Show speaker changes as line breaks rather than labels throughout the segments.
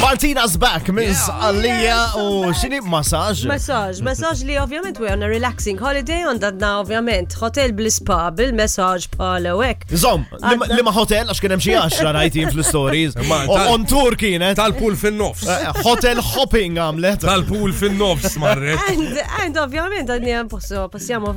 Martina's back, Miss Oh, Alija u xini massaġ.
Messaġ, messaġ li ovvjament we on a relaxing holiday on dadna ovvjament hotel bl-spa bil-messaġ bħala wek.
Zom, li ma hotel, għax kienem xie 10 rajtin fl-stories.
Ma,
O-
tal-
On tour kienet.
Tal-pool fin-nofs.
Eh, Hotel hopping għamlet.
Tal-pool fin-nofs marret.
And, and ovvjament għadni posso- possiamo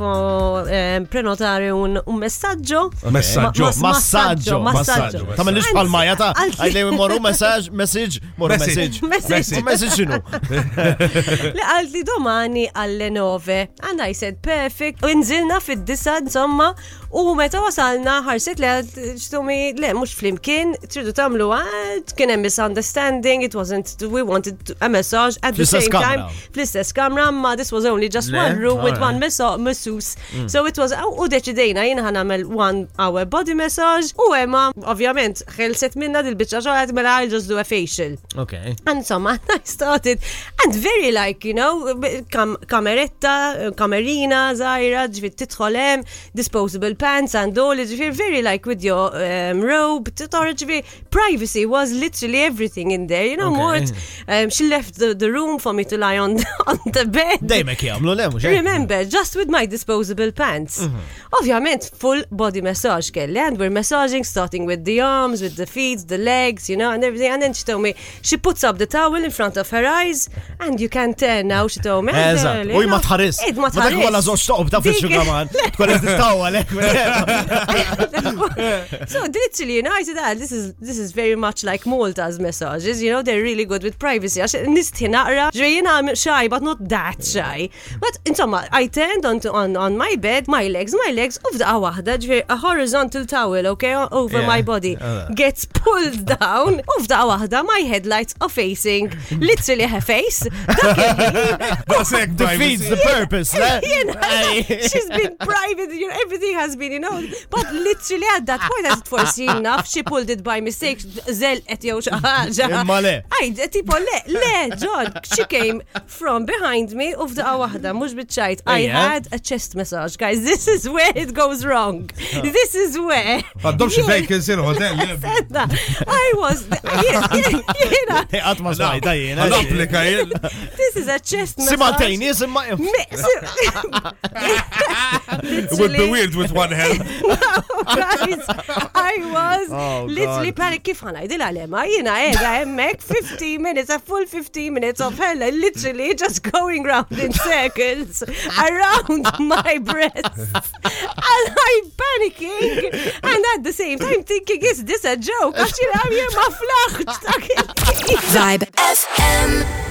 eh, prenotare un, un messaggio.
Messaggio.
Ma- mas-
Massaggio.
Massaggio.
Massaggio.
Tamil nix
Anzi,
palmaja ta'
anzi.
għajlej morru messaġ, messaġ, morru
Messaġġ.
messaġ.
Messaġġ.
Messaġ xinu?
Li għalli domani għalle nove. And I said perfect. U nżilna fid-disa, insomma, u meta wasalna ħarsit li għad ċtumi, le, mux flimkien, tridu tamlu għad, kien hemm misunderstanding, it wasn't, we wanted a message at the
Fl-istess
same time.
kamra.
Fl-istess kamra, ma this was only just
Le,
one room with
alright. Mm.
one messo- masseuse. So it was, oh, u deċidejna jien ħanamel one hour body massage, u Emma, ovvjament, xelset minna dil-bicċa ġoħat mela I'll just do a facial.
Ok.
And insomma, I started and very like, you know, kam kameretta, kamerina, zaħira, ġifir titħolem, disposable pants and all, ġifir very like with your um, robe, titħor ġifir privacy was literally everything in there, you know,
Okay.
mort, um, she left the, the room for me to lie on, on the bed.
Dejmek jgħamlu, le, mux.
Remember, just with my disposable pants. Ovvjament, full body massage kelli, and we're massaging, starting with the arms, with the feet, the legs, you know, and everything. And then she told me, she puts up the towel in front of her eyes, and you can turn now, she told me. and, uh,
Eżat,
you
u jma
know,
tħaris.
Id ma
Ma dak wala
tħares.
zoċ toqb ta' fil-xu
Dik-
kaman. Tkollet tistawa, le.
so literally, you know, I said, ah, this is this is very much like Malta's massages. You know, they're really good with privacy. Għax nisti naqra, ġejjina I'm shy, but not that shy. But insomma, I turned on, on on my bed, my legs, my legs, u fdaqa waħda, ġveri, a horizontal towel, okay, o- over
Yeah.
my body, gets pulled down, u fdaqa waħda, my headlights are facing literally her face. Dak il-ħin,
Daqsek,
Defeats the purpose, le.
you know, like,
Ej.
she's been private. You know, everything has been, you know. But literally at that point, I didn't foresee enough. She pulled it by mistake. Zel et jew xi ħaġa.
Imma le.
Aj, tipo le, le, John. She came from behind me u fdaqa waħda mhux biċċajt. I
Ejja.
had a chest massage, guys. This is where it goes wrong. This is where.
Għaddom xie fejn kien sir hotel.
Edna, I was. jien- jien- jiena-
Għatma smaj, dajjen.
Għad-applika jil.
This is a chest massage.
Simatejni, simma.
Mi-
It would be
Literally.
weird with one hand.
guys, I was
Oh,
literally
God.
panic. Kif għana id għalema, jina edha emmek 15 minutes, a full 15 minutes of hella, literally just going round in circles around my breasts. And I'm panicking. And at the same time thinking, is this a joke? Għax jina għamja ma flaħġ.
Vibe FM.